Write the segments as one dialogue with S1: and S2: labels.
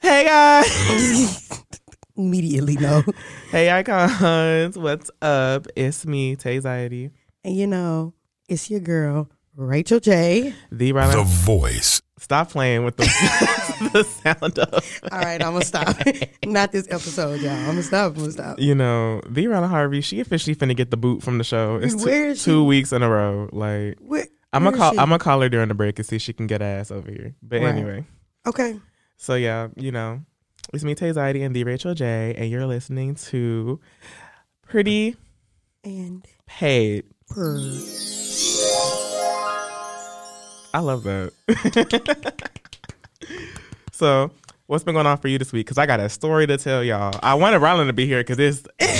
S1: Hey guys.
S2: Immediately, no.
S1: hey icons. What's up? It's me, Tayziety.
S2: And you know, it's your girl, Rachel J.
S1: The right.
S3: The voice.
S1: Stop playing with the, the sound of.
S2: All right, I'm gonna stop. Not this episode, y'all. I'm gonna stop. I'm gonna stop.
S1: You know, the Ronna Harvey, she officially finna get the boot from the show. It's two,
S2: Where is she?
S1: two weeks in a row. Like
S2: Where,
S1: I'm gonna
S2: where is
S1: call
S2: she?
S1: I'm gonna call her during the break and see if she can get ass over here. But
S2: Right.
S1: anyway.
S2: okay.
S1: So yeah, you know, it's me, Tayziety, and the Rachel J, and you're listening to Pretty
S2: And
S1: Paid.
S2: per.
S1: I love that. so, what's been going on for you this week? Because I got a story to tell y'all. I wanted Rylan to be here because it's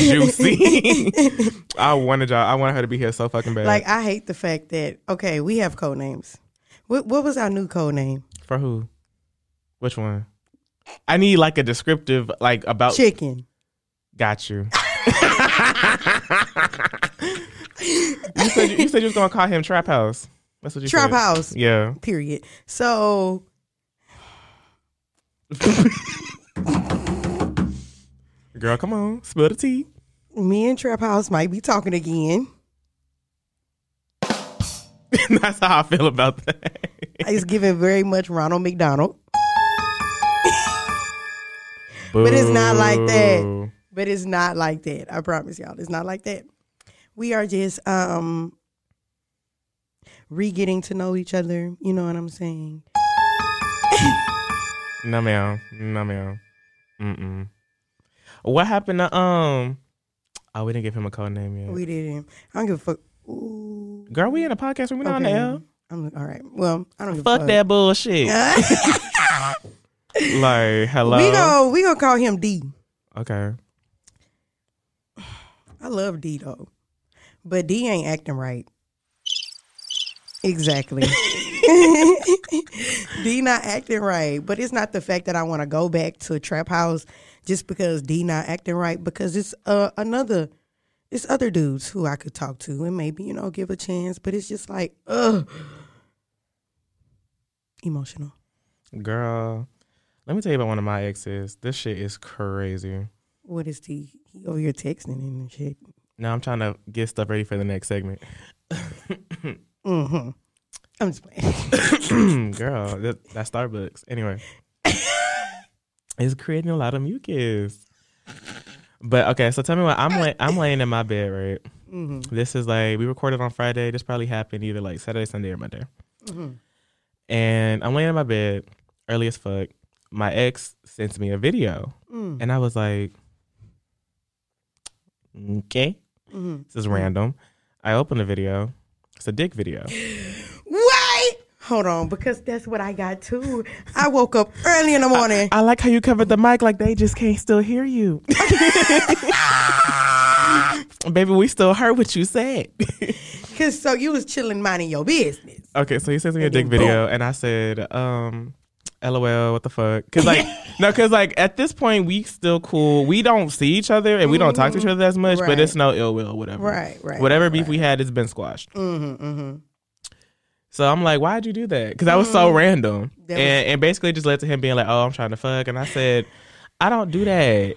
S1: juicy. I wanted y'all. I wanted her to be here so fucking bad.
S2: Like I hate the fact that okay, we have code names. What what was our new code name?
S1: for who? Which one? I need like a descriptive, like about.
S2: Chicken.
S1: Got you. you said you, you said you was gonna call him Trap House. That's what you
S2: Trap
S1: said.
S2: house.
S1: Yeah.
S2: Period. So
S1: Girl, come on, spill the tea.
S2: me and Trap House might be talking again.
S1: That's how I feel about that.
S2: It's giving very much Ronald McDonald. But it's not like that.
S1: Boo.
S2: but it's not like that. I promise y'all, it's not like that. We are just um re-getting to know each other. You know what I'm saying?
S1: No ma'am. No ma'am. Mm-mm. What happened to um? Oh, we didn't give him a code name yet.
S2: We didn't. I don't give a fuck. Ooh,
S1: Girl, we in a podcast room. We not on the L.
S2: I'm all right. Well, I don't give
S1: Fuck
S2: a fuck.
S1: that bullshit. like hello.
S2: we go. We gonna call him D.
S1: Okay.
S2: I love D though, but D ain't acting right. Exactly. D not acting right, but it's not the fact that I want to go back to trap house just because D not acting right because it's uh, another it's other dudes who I could talk to and maybe you know give a chance, but it's just like ugh emotional.
S1: Girl, let me tell you about one of my exes. This shit is crazy.
S2: What is D? He over here texting and shit.
S1: Now I'm trying to get stuff ready for the next segment.
S2: Mm-hmm. I'm just playing.
S1: Girl, that, that Starbucks. Anyway, it's creating a lot of mucus. But okay, so tell me what I'm lay- I'm laying in my bed, right?
S2: Mm-hmm.
S1: This is like we recorded on Friday. This probably happened either like Saturday, Sunday, or Monday.
S2: Mm-hmm.
S1: And I'm laying in my bed early as fuck. My ex sends me a video,
S2: Mm-hmm.
S1: and I was like, okay.
S2: Mm-hmm.
S1: This is random. I open the video. It's a dick video.
S2: Wait, hold on, because that's what I got too. I woke up early in the morning.
S1: I like how you covered the mic like they just can't still hear you. Baby, we still heard what you said.
S2: Cause so you was chilling, minding your business.
S1: okay, so he sends me a
S2: And
S1: dick
S2: then
S1: video, and I said, um, LOL, what the fuck? Because, like, no, because, like, at this point, we still cool. We don't see each other and we don't talk to each other as much,
S2: Right.
S1: but it's no ill will, whatever.
S2: Right, right,
S1: Whatever beef we had, it's been squashed.
S2: Mm-hmm, mm-hmm.
S1: So I'm like, why'd you do that? Because that was so random.
S2: That was-
S1: and, and basically just led to him being like, oh, I'm trying to fuck. And I said, I don't do that.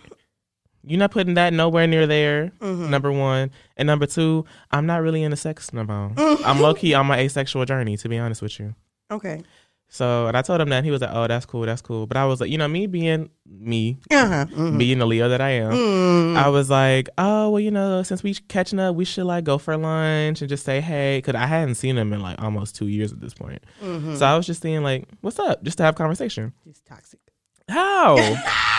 S1: You're not putting that nowhere near there,
S2: Mm-hmm.
S1: number one. And number two, I'm not really into sex no more. I'm low key on my asexual journey, to be honest with you.
S2: Okay.
S1: So, and I told him that. And he was like, oh, that's cool, that's cool. But I was like, you know, me being me,
S2: Uh huh. Mm-hmm.
S1: being the Leo that I am, I was like, oh, well, you know, since we catching up, we should like go for lunch and just say hey, because I hadn't seen him in like almost two years at this point.
S2: Mm-hmm.
S1: So I was just saying like, what's up, just to have conversation.
S2: It's toxic.
S1: How?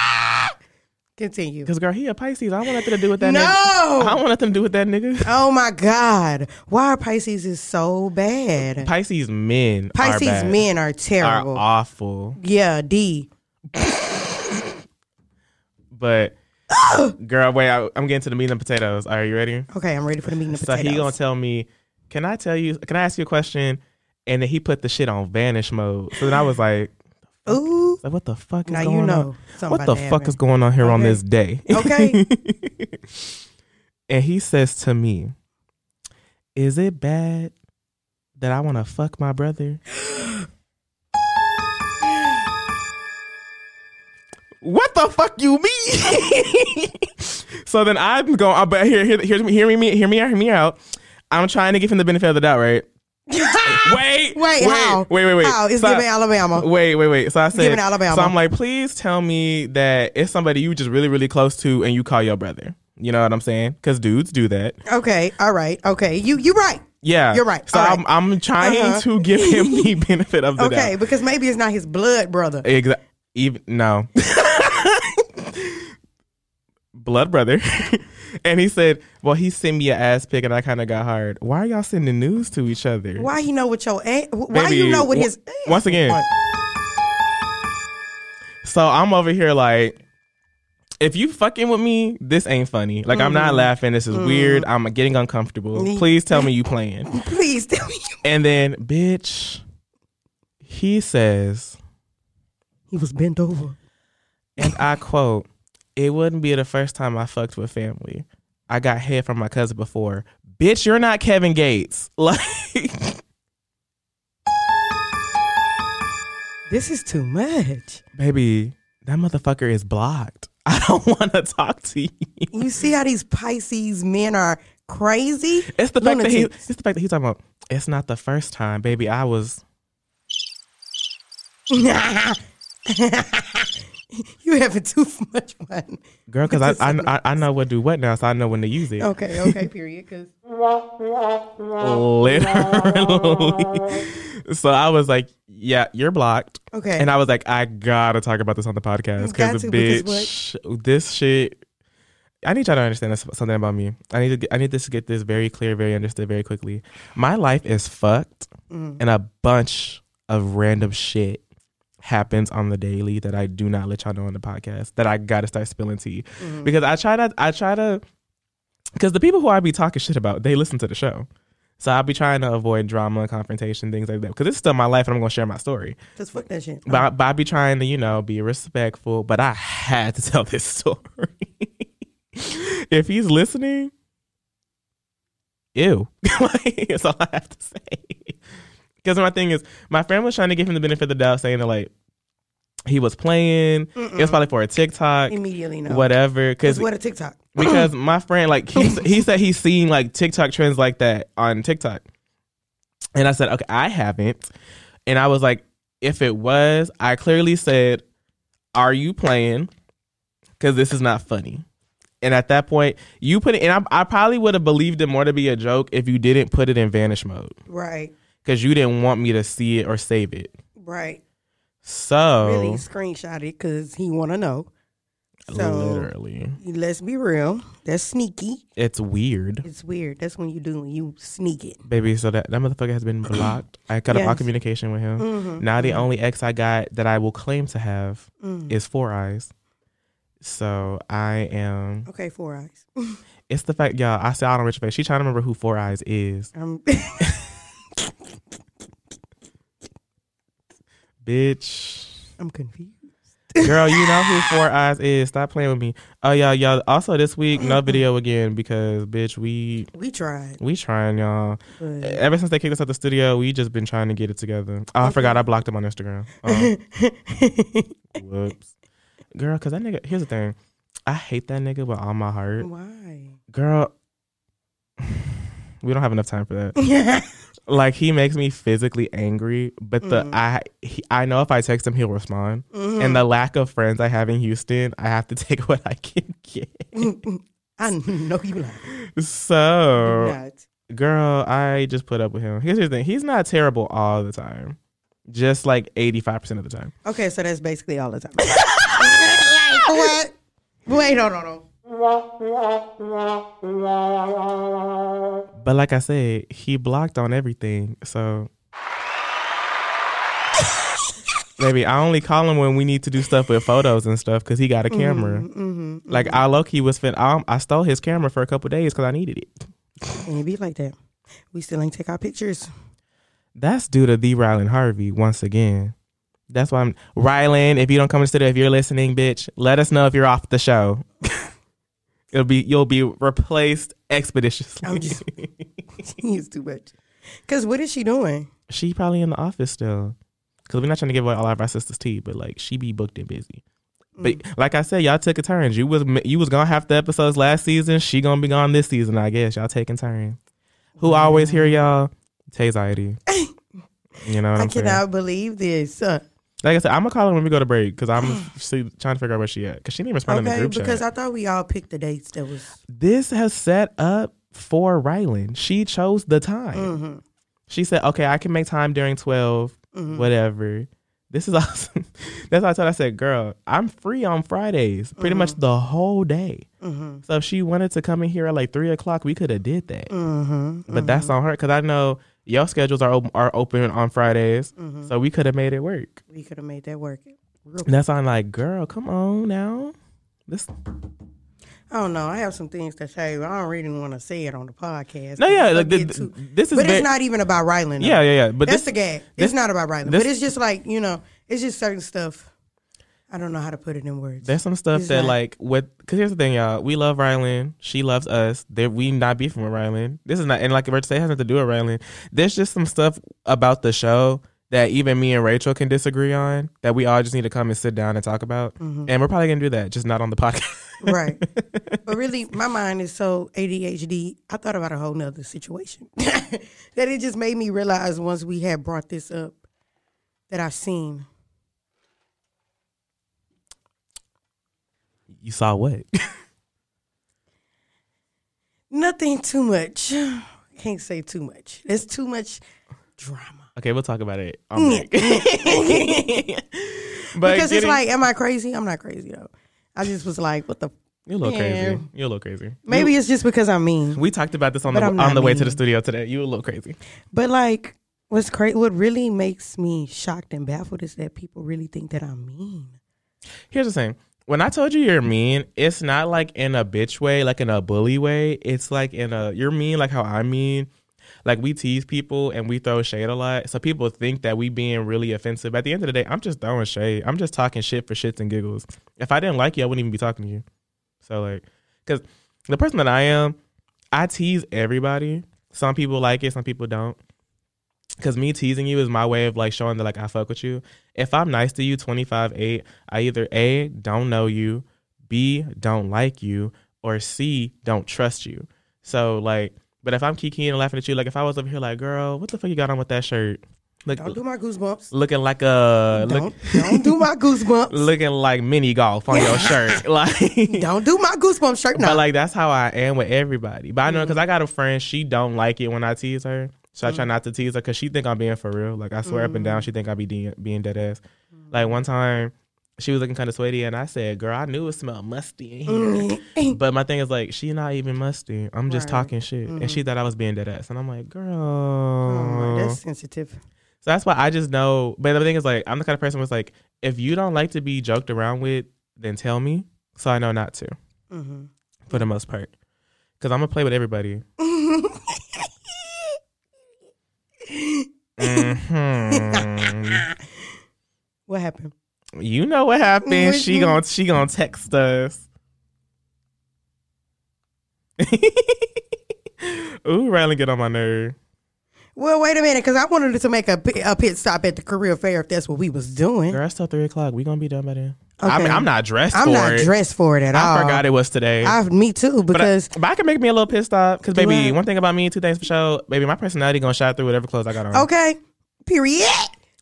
S2: Continue.
S1: Because girl, he a Pisces. I don't want nothing to do with that. nigga. I don't
S2: No.
S1: want nothing to do with that nigga.
S2: Oh my God. Why are Pisces is so bad?
S1: Pisces men.
S2: Pisces
S1: are bad,
S2: men are
S1: are
S2: terrible.
S1: awful.
S2: yeah. D.
S1: But girl, wait, I, I'm getting to the meat and potatoes. Are you ready?
S2: Okay, I'm ready for the meeting. of
S1: So
S2: potatoes.
S1: he gonna tell me, can I tell you? Can I ask you a question? And then he put the shit on vanish mode. So then I was like,
S2: Ooh.
S1: like what the fuck is
S2: Now
S1: going
S2: you know.
S1: on?
S2: something
S1: What
S2: about
S1: the
S2: to
S1: fuck
S2: happen.
S1: is going on here on
S2: Okay.
S1: this day?
S2: Okay.
S1: and he says to me, "Is it bad that I want to fuck my brother?" What the fuck you mean? so then I'm going. uh, But here, here, here's me. Hear me. Hear me. out, Hear me out. I'm trying to give him the benefit of the doubt, right? Wait.
S2: Wait,
S1: Wait.
S2: how?
S1: Wait. Wait. Wait.
S2: How? It's
S1: So I-
S2: giving Alabama.
S1: Wait, wait, wait. So I said,
S2: Giving Alabama.
S1: so I'm like, please tell me that it's somebody you just really, really close to, and you call your brother. You know what I'm saying? Because dudes do that.
S2: Okay, all right, okay. You you right.
S1: Yeah,
S2: You're right.
S1: So
S2: All
S1: I'm,
S2: right.
S1: I'm trying
S2: Uh-huh.
S1: to give him the benefit of the doubt.
S2: Okay, because maybe it's not his blood brother.
S1: Exa- even no. Blood brother. and he said, Well, he sent me an ass pic and I kinda got hard. Why are y'all sending news to each other?
S2: Why he know what your aunt? Why you
S1: Baby,
S2: know what
S1: wh-
S2: his?
S1: once again.
S2: What?
S1: So I'm over here like if you fucking with me, this ain't funny. Like I'm not laughing. This is weird. I'm getting uncomfortable.
S2: Mm-hmm. Mm. Me-
S1: Please tell me you playing.
S2: Please tell me
S1: And then, bitch, he says,
S2: he was bent over.
S1: and I quote, it wouldn't be the first time I fucked with family. I got head from my cousin before. Bitch, you're not Kevin Gates. Like,
S2: This is too much.
S1: baby, that motherfucker is blocked. I don't want to talk to you.
S2: You see how these Pisces men are crazy?
S1: It's the fact that he,
S2: Lunatics.
S1: it's the fact that he's talking about. It's not the first time, baby. I was.
S2: you having too much fun.
S1: Girl, because I, I, I I know what do what now, so I know when to use it.
S2: Okay, okay, period. Because
S1: Literally. so I was like, yeah, you're blocked.
S2: okay,
S1: And I was like, I gotta talk about this on the podcast
S2: got
S1: because
S2: to, because
S1: bitch, this shit. I need y'all to understand this, something about me. I need to get, I need this to get this very clear, very understood, very quickly. My life is fucked,
S2: Mm.
S1: and a bunch of random shit happens on the daily that I do not let y'all know on the podcast. That I gotta start spilling tea
S2: Mm.
S1: because I try to I try to because the people who I be talking shit about they listen to the show. So I'll be trying to avoid drama, confrontation, things like that. Because it's still my life, and I'm gonna share my story.
S2: just fuck that shit.
S1: But I, but I be trying to, you know, be respectful. But I had to tell this story. if he's listening, ew. like, that's all I have to say. Because my thing is, my friend was trying to give him the benefit of the doubt, saying that like he was playing. It was probably for a TikTok,
S2: Immediately no.
S1: whatever.
S2: It's
S1: Because
S2: what a TikTok.
S1: because my friend like he, he said he's seen like TikTok trends like that on TikTok, and I said okay I haven't, and I was like if it was I clearly said are you playing because this is not funny, and at that point you put it and I, I probably would have believed it more to be a joke if you didn't put it in vanish mode
S2: Right,
S1: because you didn't want me to see it or save it.
S2: right.
S1: So
S2: Really screenshot it because he want to know. So
S1: literally,
S2: let's be real. That's sneaky.
S1: it's weird.
S2: It's weird. That's when you do when you sneak it.
S1: Baby, so that, that motherfucker has been blocked. I cut off all
S2: Yes.
S1: communication with him. Now the only ex I got that I will claim to have is Four Eyes. So I am.
S2: Okay, four eyes.
S1: It's the fact, y'all. I said I don't rich face. She trying to remember who Four Eyes is,
S2: Um,
S1: bitch.
S2: I'm confused.
S1: Girl, you know who Four Eyes is. Stop playing with me. Oh y'all, y'all. Also this week, no video again because bitch, we
S2: We tried.
S1: we trying y'all.
S2: But
S1: Ever since they kicked us out the studio, we just been trying to get it together. Oh, I forgot I blocked him on Instagram. Oh. Whoops. Girl, cause that nigga here's the thing. I hate that nigga with all my
S2: Mm.
S1: heart.
S2: why?
S1: Girl, we don't have enough time for that. Like he makes me physically angry, but the I he, I know if I text him he'll respond. And the lack of friends I have in Houston, I have to take what I can get.
S2: I know you lying.
S1: So,
S2: Not.
S1: girl, I just put up with him. Here's the thing: he's not terrible all the time, just like eighty five percent of the time.
S2: Okay, so that's basically all the time. like what? Wait, no, no, no.
S1: But like I said, he blocked on everything. So baby, I only call him when we need to do stuff with photos and stuff because he got a camera.
S2: Mm-hmm.
S1: like I low key was fin. I, I stole his camera for a couple days because I needed it.
S2: And it be like that. We still ain't take our pictures.
S1: That's due to the Rylan Harvey once again. That's why I'm Rylan. If you don't come to the studio, if you're listening, bitch, let us know if you're off the show. It'll be you'll be replaced expeditiously.
S2: I'm just- It's too much. Cause what is she doing?
S1: she probably in the office still. Cause we're not trying to give away all of our sisters' tea, but like she be booked and busy. But
S2: Mm.
S1: like I said, y'all took a turn. You was you was gonna have the episodes last season. She gonna be gone this season, I guess. Y'all taking turns. Who I always hear y'all? Taysiety. You know what
S2: I
S1: I'm saying?
S2: cannot believe this. Uh,
S1: Like I said, I'm gonna call her when we go to break because I'm see, trying to figure out where she at. Cause she didn't respond in the
S2: okay,
S1: group chat.
S2: because I thought we all picked the dates that was.
S1: this has set up for Rylan. She chose the time.
S2: Mm-hmm.
S1: She said, "Okay, I can make time during 12 whatever." This is awesome. That's why I told. Her, I said, "Girl, I'm free on Fridays, pretty much
S2: Mm-hmm.
S1: the whole day." So if she wanted to come in here at like three o'clock, we could have did that.
S2: Mm-hmm.
S1: But that's on her because I know your schedules are open, are open on Fridays,
S2: Mm-hmm.
S1: so we could have made it work.
S2: We could have made that work. Real-
S1: And that's why I'm like, "Girl, come on now." This
S2: I don't know. I have some things to say, but I don't really want to say it on the podcast.
S1: no, yeah,
S2: It's
S1: like,
S2: gonna
S1: th-
S2: get too-
S1: th- this is
S2: but
S1: very-
S2: it's not even about Rylan. though.
S1: yeah, yeah, yeah. But
S2: that's
S1: this,
S2: the gag.
S1: this-
S2: it's not about Rylan,
S1: this-
S2: but it's just like you know, it's just certain stuff. I don't know how to put it in words.
S1: There's some stuff
S2: It's
S1: that
S2: not-
S1: like with because here's the thing, y'all. We love Rylan. She loves us. There we not beefing with Rylan. This is not and like Rachel said, it has nothing to do with Rylan. There's just some stuff about the show that even me and Rachel can disagree on that we all just need to come and sit down and talk about.
S2: Mm-hmm.
S1: And we're probably gonna do that, just not on the podcast.
S2: right. But really, my mind is so ADHD. I thought about a whole nother situation that it just made me realize once we had brought this up that I seen.
S1: you saw what?
S2: Nothing too much. Can't say too much. There's too much drama.
S1: okay, we'll talk about it. On break. but
S2: Mm. Because it's
S1: getting-
S2: like, am I crazy? I'm not crazy though. I just was like, what the?
S1: you're a little
S2: Yeah.
S1: crazy. You're a little crazy.
S2: Maybe it's just because I'm mean.
S1: We talked about this on
S2: But
S1: the
S2: I'm
S1: on
S2: not
S1: the way to
S2: mean.
S1: the studio today. You a little crazy.
S2: But like, what's crazy? What really makes me shocked and baffled is that people really think that I'm mean.
S1: Here's the thing. When I told you you're mean, it's not like in a bitch way, like in a bully way. It's like in a you're mean like how I mean. Like we tease people and we throw shade a lot. So people think that we being really offensive. At the end of the day, I'm just throwing shade. I'm just talking shit for shits and giggles. If I didn't like you, I wouldn't even be talking to you. So like cuz the person that I am, I tease everybody. Some people like it, some people don't. Cause me teasing you is my way of like showing that like I fuck with you. If I'm nice to you, twenty five eight, I either a don't know you, b don't like you, or c don't trust you. So like, but if I'm kikiing and laughing at you, like if I was over here like, girl, what the fuck you got on with that shirt? Look,
S2: Don't do my goosebumps.
S1: looking like a
S2: Don't
S1: Uh, look,
S2: don't do my goosebumps.
S1: looking like mini golf on your shirt, like
S2: Don't do my goosebumps shirt. No, Mm.
S1: but like that's how I am with everybody. But I know because I got a friend, she don't like it when I tease her, so
S2: Mm.
S1: I try not to tease her because she think I'm being for real. Like I swear up and down, she think I be de- being dead ass.
S2: Mm.
S1: Like one time, she was looking kind of sweaty, and I said, "Girl, I knew it smelled musty in here." But my thing is like, she not even musty. I'm just
S2: Right.
S1: talking shit, and she thought I was being dead ass, and I'm like, "Girl,
S2: Oh, that's sensitive.
S1: so that's why I just know. But the thing is, like, I'm the kind of person was like, if you don't like to be joked around with, then tell me, so I know not to. For the most part, because I'm gonna play with everybody.
S2: Mm-hmm.
S1: Mhm.
S2: What happened?
S1: You know what happened?
S2: Which
S1: She
S2: one?
S1: gon' she gonna text us. Ooh, Riley, get on my nerve.
S2: Well, wait a minute, because I wanted to make a, pi- a pit stop at the career fair if that's what we was doing.
S1: Girl, it's till three o'clock. We gonna be done by then. I
S2: Okay.
S1: mean, I'm not dressed
S2: I'm
S1: for
S2: not
S1: it.
S2: dressed for it at all.
S1: I forgot it was today.
S2: I, me too,
S1: But, I,
S2: because
S1: but I can make me a little pissed off because,
S2: Do
S1: baby,
S2: I?
S1: one thing about me, two things for sure. Baby, my personality gonna shine through whatever clothes I got on.
S2: okay, period.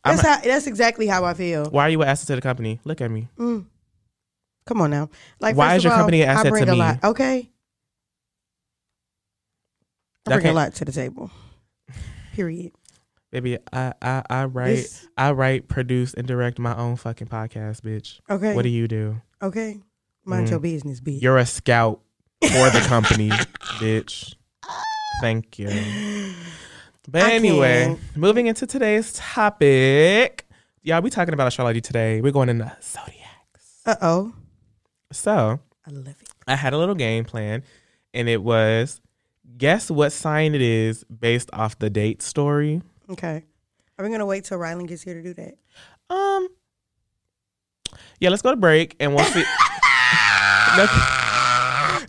S1: I'm
S2: That's how. That's exactly how I feel. Mm.
S1: Why are you an asset to the company? Look at me.
S2: Come on now. Like,
S1: Why
S2: first
S1: is
S2: of
S1: your
S2: all,
S1: company an asset
S2: I bring
S1: to
S2: a
S1: me?
S2: lot. Okay. I
S1: That
S2: bring a
S1: can't-
S2: lot to the table. Period.
S1: Baby, I I, I write,
S2: This-
S1: I write, produce, and direct my own fucking podcast, bitch.
S2: Okay.
S1: What do you Mm-hmm. do?
S2: Okay. Mind your business, bitch.
S1: You're a scout for the company, bitch. Thank you. But
S2: I
S1: anyway,
S2: can't.
S1: moving into today's topic, y'all, we talking about astrology today. We're going into zodiacs.
S2: Uh oh.
S1: So,
S2: I love it.
S1: I had a little game plan, and it was guess what sign it is based off the date story.
S2: Okay. Are we gonna wait till Rylan gets here to do that?
S1: Um, yeah, let's go to break, and we'll see. no,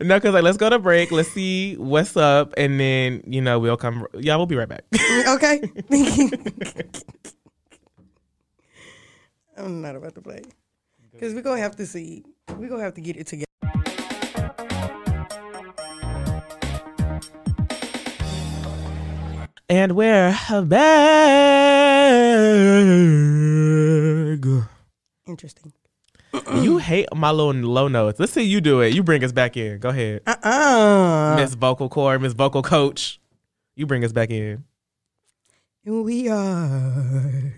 S1: no, cause like let's go to break. Let's see what's up, and then you know we'll come. Yeah, we'll be right back.
S2: okay. I'm not about to play. Because we're going to have to see. We're going to have to get it together.
S1: And we're back.
S2: Interesting.
S1: you hate my little low notes. Let's see you do it. You bring us back in. Go ahead.
S2: Uh uh
S1: Miss Vocal Core, Miss Vocal Coach. You bring us back in.
S2: And we are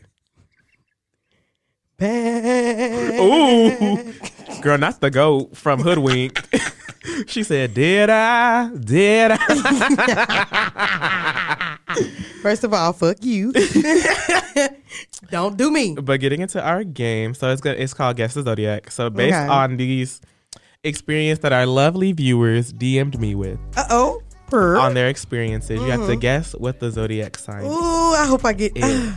S2: back.
S1: Ooh. Girl, that's the goat from Hoodwink. she said, Did I? Did I?
S2: First of all, fuck you. Don't do me.
S1: but getting into our game, so it's good, it's called Guess the Zodiac. So based
S2: Okay.
S1: on these experience that our lovely viewers DM'd me with
S2: Uh oh.
S1: on their experiences, you have to guess what the zodiac sign is.
S2: Mm-hmm. Ooh, I hope I get.
S1: All right.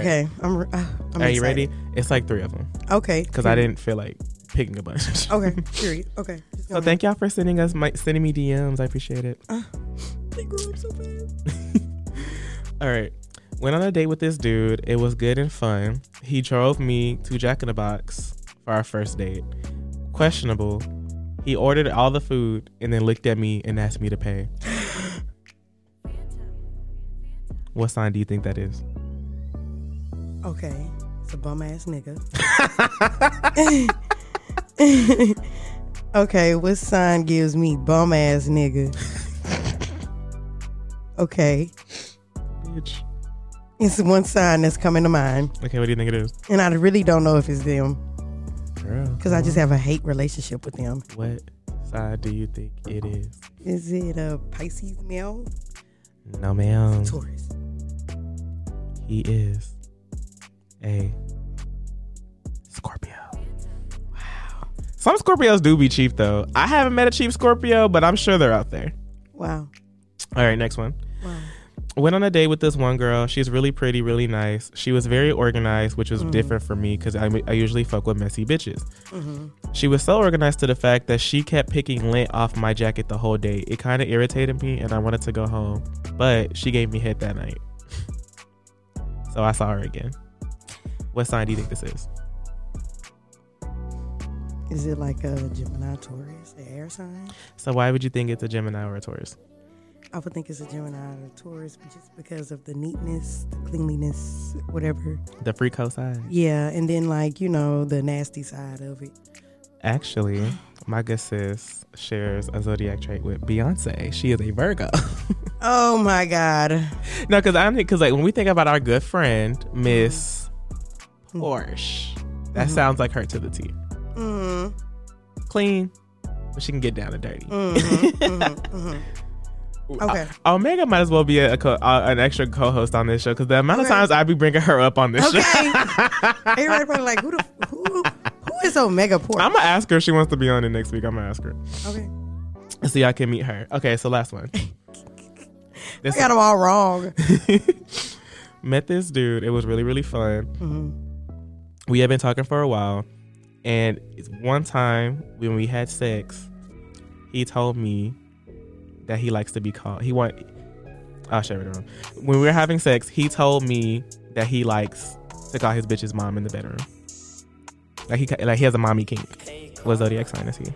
S2: okay, I'm. Uh, I'm
S1: Are
S2: excited.
S1: you ready? It's like three of them
S2: Okay.
S1: because I didn't feel like picking a bunch.
S2: Okay. Period. Okay. Just
S1: So
S2: gonna-
S1: thank y'all for sending us my sending me DMs. I appreciate it.
S2: They grew up so fast.
S1: All right. Went on a date with this dude. It was good and fun. He drove me to Jack in the Box for our first date. Questionable. He ordered all the food and then looked at me and asked me to pay. what sign do you think that is?
S2: Okay. It's a bum ass nigga. okay. What sign gives me bum ass nigga? Okay.
S1: Bitch.
S2: It's one sign that's coming to mind,
S1: Okay, what do you think it is?
S2: and I really don't know if it's them
S1: Girl.
S2: because I just have a hate relationship with them.
S1: What sign do you think it is?
S2: Is it a Pisces male?
S1: No, ma'am.
S2: Taurus.
S1: He is a Scorpio. Wow. Some Scorpios do be cheap though. I haven't met a cheap Scorpio, but I'm sure they're out there.
S2: Wow.
S1: All right, next one.
S2: Wow.
S1: Went on a date with this one girl. She's really pretty, really nice. She was very organized, which was different for me because I, I usually fuck with messy bitches. She was so organized to the fact that she kept picking lint off my jacket the whole day. It kind of irritated me, and I wanted to go home, but she gave me head that night. so I saw her again. What sign do you think this is?
S2: Is it like a Gemini Taurus, an air sign?
S1: So why would you think it's a Gemini or a Taurus?
S2: I would think it's a Gemini or a Taurus but just because of the neatness, the cleanliness, whatever.
S1: The free sign.
S2: Yeah, and then like, you know, the nasty side of it.
S1: Actually, my good sis shares a zodiac trait with Beyonce. She is a Virgo.
S2: Oh my God.
S1: No, because I'm because like when we think about our good friend Miss
S2: Hmm.
S1: Porsche, that
S2: Mm-hmm.
S1: sounds like her to the T.
S2: Mm,
S1: Clean, but she can get down and dirty.
S2: mm-hmm. okay.
S1: uh, Omega might as well be a, a co- uh, an extra co-host on this show because the amount of
S2: Okay.
S1: times I'd be bringing her up on this show.
S2: Okay. Everybody probably like, who the who who is Omega Port?
S1: I'm gonna ask her if she wants to be on it next week. I'm gonna ask her
S2: okay.
S1: so y'all can meet her. Okay, so last one.
S2: I got them all wrong.
S1: met this dude. It was really, really fun.
S2: Mm-hmm.
S1: We had been talking for a while. And it's one time when we had sex, he told me that he likes to be called. He want. I'll share it wrong. When we were having sex, he told me that he likes to call his bitch's mom in the bedroom. Like he, ca- like he has a mommy kink. What zodiac sign is he?
S2: A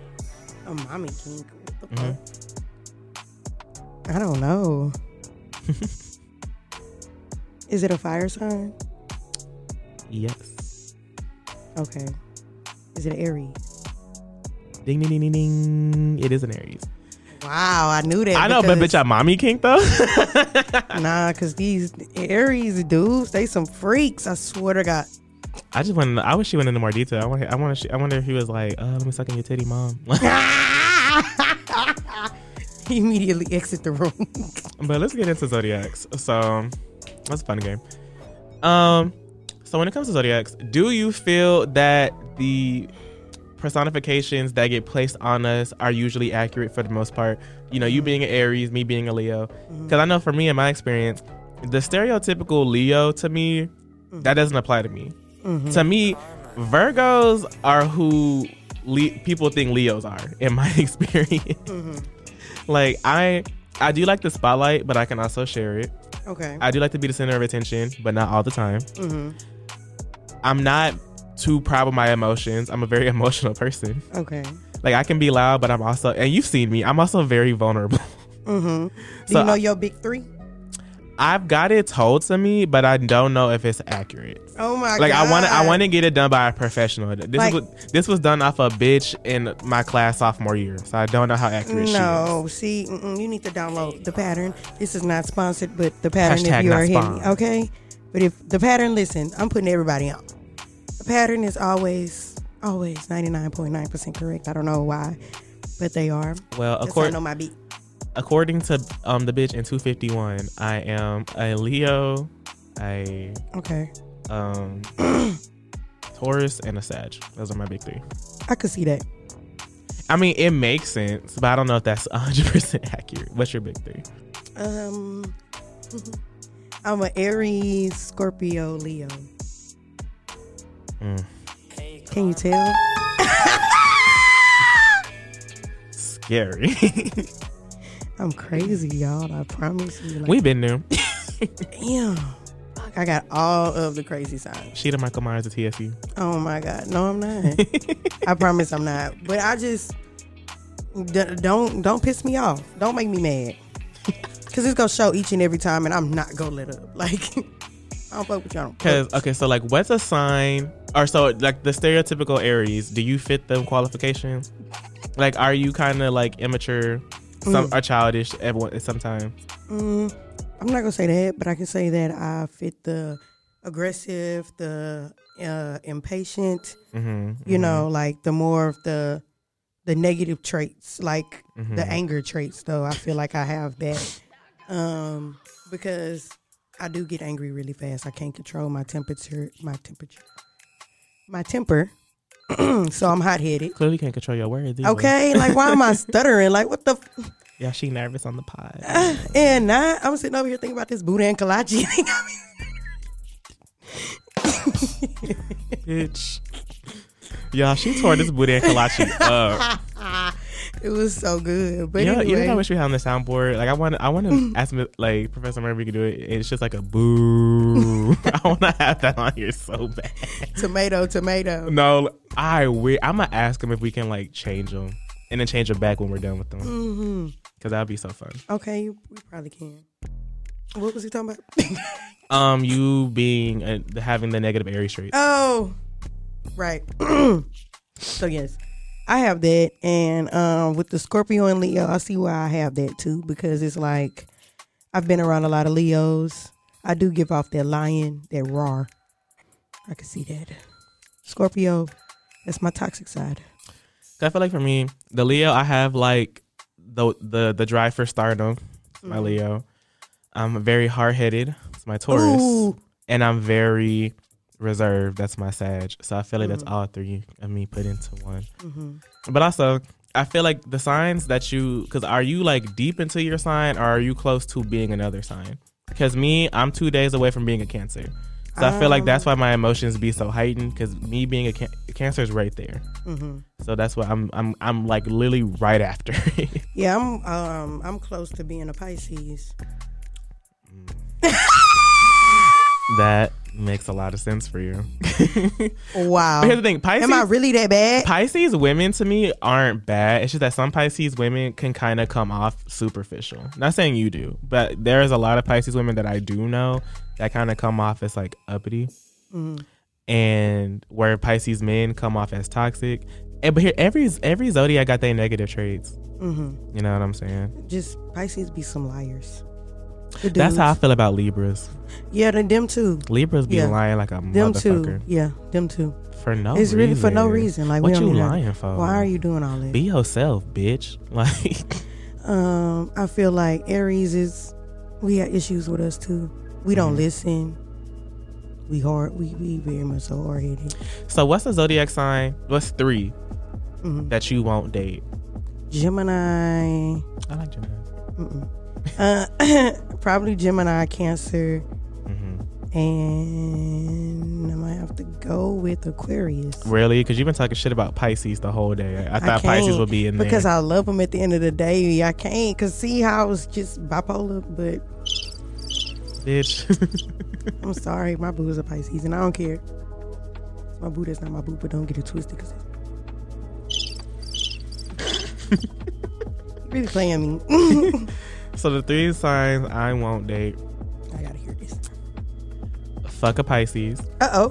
S2: Oh, mommy king. What the fuck? I don't know. is it a fire sign?
S1: Yes.
S2: Okay. Is it Aries?
S1: Ding ding ding ding ding. It is an Aries.
S2: Wow, I knew that.
S1: I know, but
S2: because-
S1: bitch, I mommy kink though.
S2: Nah, cause these Aries dudes, they some freaks. I swear to God.
S1: I just want. I wish she went into more detail. I want. I want. I wonder if he was like, uh, "Let me suck in your titty, mom." but
S2: He immediately exit the room.
S1: let's get into zodiacs. So that's a fun game. Um, so when it comes to zodiacs, do you feel that the personifications that get placed on us are usually accurate for the most part? You know, you being an Aries, me being a Leo, because I know for me in my experience, the stereotypical Leo to me that doesn't apply to me. To me, Virgos are who Le- people think Leos are in my experience. Like I, I do like the spotlight, but I can also share it.
S2: okay. Mm-hmm.
S1: I do like to be the center of attention, but not all the time.
S2: Mhm.
S1: I'm not to pride with my emotions. I'm a very emotional person.
S2: Okay.
S1: Like I can be loud, but I'm also and you've seen me. I'm also very vulnerable.
S2: Mm-hmm. Do
S1: So
S2: you know
S1: I-
S2: your big three?
S1: I've got it told to me, but I don't know if it's accurate.
S2: Oh my
S1: Like
S2: god.
S1: I want to, I want to get it done by a professional. This is
S2: Like-
S1: what, this was done off a bitch in my class sophomore year, so I don't know how accurate
S2: No, see, mm-mm, you need to download the pattern. This is not sponsored, but the pattern
S1: Hashtag
S2: if you
S1: not
S2: are hitting me,
S1: sponsored.
S2: okay? But if the pattern, listen, I'm putting everybody on. The pattern is always, always 99.9% correct. I don't know why, but they are.
S1: she is. Well,
S2: That's how I know
S1: according
S2: my beat.
S1: according to um the bitch in 251, I am a Leo, a
S2: Okay,
S1: um Taurus, and a Sag. Those are my big three.
S2: I could see that.
S1: I mean, it makes sense, but I don't know if that's 100 percent accurate. What's your big three?
S2: Um, I'm a Aries, Scorpio, Leo.
S1: Mm.
S2: Can you tell?
S1: Scary.
S2: I'm crazy, y'all. I promise you. Like,
S1: We've been there.
S2: damn. Fuck, I got all of the crazy signs.
S1: She the Michael Myers of TSU.
S2: Oh my God. No, I'm not. I promise I'm not. But I just d- don't don't piss me off. Don't make me mad. Cause it's gonna show each and every time, and I'm not gonna let up. Like I don't fuck with y'all.
S1: Because okay, so like, what's a sign? Or so like the stereotypical Aries. Do you fit them qualifications? Like, are you kind of like immature, some are childish at one- sometimes?
S2: Mm, I'm not gonna say that, but I can say that I fit the aggressive, the uh, impatient.
S1: hmm
S2: You know, like the more of the the negative traits, like the anger traits. Though I feel like I have that um, because I do get angry really fast. I can't control my temperature, my temperature, my temper. so I'm hot headed.
S1: Clearly can't control your words. either.
S2: Okay, like why am I stuttering? Like what the. F-
S1: Yeah, she nervous on the pod.
S2: and I, I'm sitting over here thinking about this Buddha and Kalachi.
S1: Bitch. Yeah, she tore this booty and kolache up.
S2: it was so good. But
S1: you know,
S2: anyway,
S1: you know what I wish we had on the soundboard? Like I want I want to ask Mi- like Professor Murray if we could do it. and It's just like a boo. I want to have that on here so bad.
S2: tomato, tomato.
S1: No, I we I'm gonna ask him if we can like change them and then change them back when we're done with them. Mm-hmm. Cause that'd be so fun.
S2: Okay, you- we probably can. What was he talking about?
S1: Um, you being uh, having the negative Aries trait.
S2: oh, right. so yes, I have that, and um, with the Scorpio and Leo, I see why I have that too because it's like I've been around a lot of Leos. I do give off that lion, that roar. I can see that. Scorpio, that's my toxic side.
S1: 'Cause I feel like for me, the Leo, I have like the the the drive for stardom. It's my Leo. I'm very hard headed. It's my Taurus,
S2: Ooh.
S1: and I'm very reserved. That's my Sag. So I feel like that's all three of me put into one. But also, I feel like the signs that you, because are you like deep into your sign, or are you close to being another sign? Because me, I'm two days away from being a Cancer. So I feel like that's why my emotions be so heightened. Because me being a can- Cancer is right there. So that's what I'm I'm I'm like literally right after. it.
S2: Yeah, I'm um I'm close to being a Pisces.
S1: that makes a lot of sense for you.
S2: Wow.
S1: Here's the thing, Pisces
S2: Am I really that bad?
S1: Pisces women to me aren't bad. It's just that some Pisces women can kind of come off superficial. Not saying you do, but there is a lot of Pisces women that I do know that kind of come off as like uppity,
S2: Mm.
S1: and where Pisces men come off as toxic. And, but here, every every zodiac got their negative traits. You know what I'm saying?
S2: Mm-hmm. Just Pisces be some liars. The
S1: That's how I
S2: dudes.
S1: feel about Libras.
S2: Yeah, then them too.
S1: Libras be
S2: Yeah.
S1: lying like a
S2: Them
S1: motherfucker
S2: too. Yeah, them too.
S1: for no.
S2: it's really for no reason. Like we
S1: what
S2: don't
S1: you
S2: need to-
S1: lying for?
S2: Why are you doing all that?
S1: Be yourself, bitch. Like.
S2: Um, I feel like Aries is we have issues with us too. We don't
S1: Mm-hmm.
S2: listen. We hard. We we very much so hard headed.
S1: So what's the zodiac sign? What's 3 that you won't date?
S2: Mm-hmm. Gemini.
S1: I like Gemini.
S2: Uh, probably Gemini, Cancer,
S1: Mm-hmm.
S2: and I might have to go with Aquarius.
S1: Really? Because you've been talking shit about Pisces the whole day. I, I
S2: I
S1: thought Pisces
S2: can't
S1: would be in there.
S2: because I love them. At the end of the day, I can't. Cause see how I was just bipolar, but
S1: Bitch.
S2: I'm sorry, my boo's a Pisces, and I don't care. My boo, that's not my boo, but don't get it twisted because you really playing me.
S1: So the three signs I won't date:
S2: I gotta hear this.
S1: fuck a Pisces,
S2: Uh oh.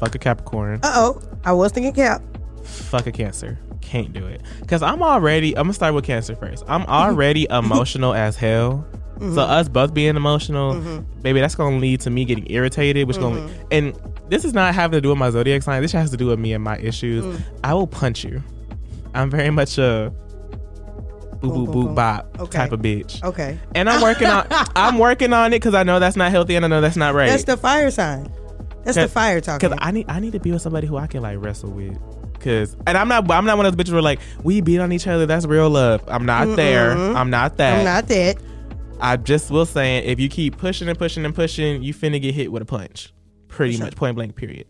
S1: fuck a Capricorn,
S2: Uh oh. I was thinking cap.
S1: fuck a Cancer. Can't do it because I'm already. I'm gonna start with Cancer first. I'm already emotional as hell.
S2: Mm-hmm.
S1: So us both being emotional, baby, that's gonna lead to me getting irritated, which
S2: Mm-hmm.
S1: gonna and this is not having to do with my zodiac sign. This has to do with me and my issues.
S2: Mm.
S1: I will punch you. I'm very much a boo
S2: Boom,
S1: boo
S2: boom,
S1: boo
S2: boom.
S1: bop
S2: Okay.
S1: type of bitch.
S2: Okay.
S1: And I'm working on I'm working on it because I know that's not healthy and I know that's not right.
S2: That's the fire sign. That's the
S1: Cause-
S2: fire talking.
S1: Cause I need I need to be with somebody who I can like wrestle with. Cause and I'm not I'm not one of those bitches who are like we beat on each other. That's real love. I'm not there. I'm not that.
S2: am not that.
S1: I just will saying if you keep pushing and pushing and pushing, you finna get hit with a punch. Pretty much point blank. Period.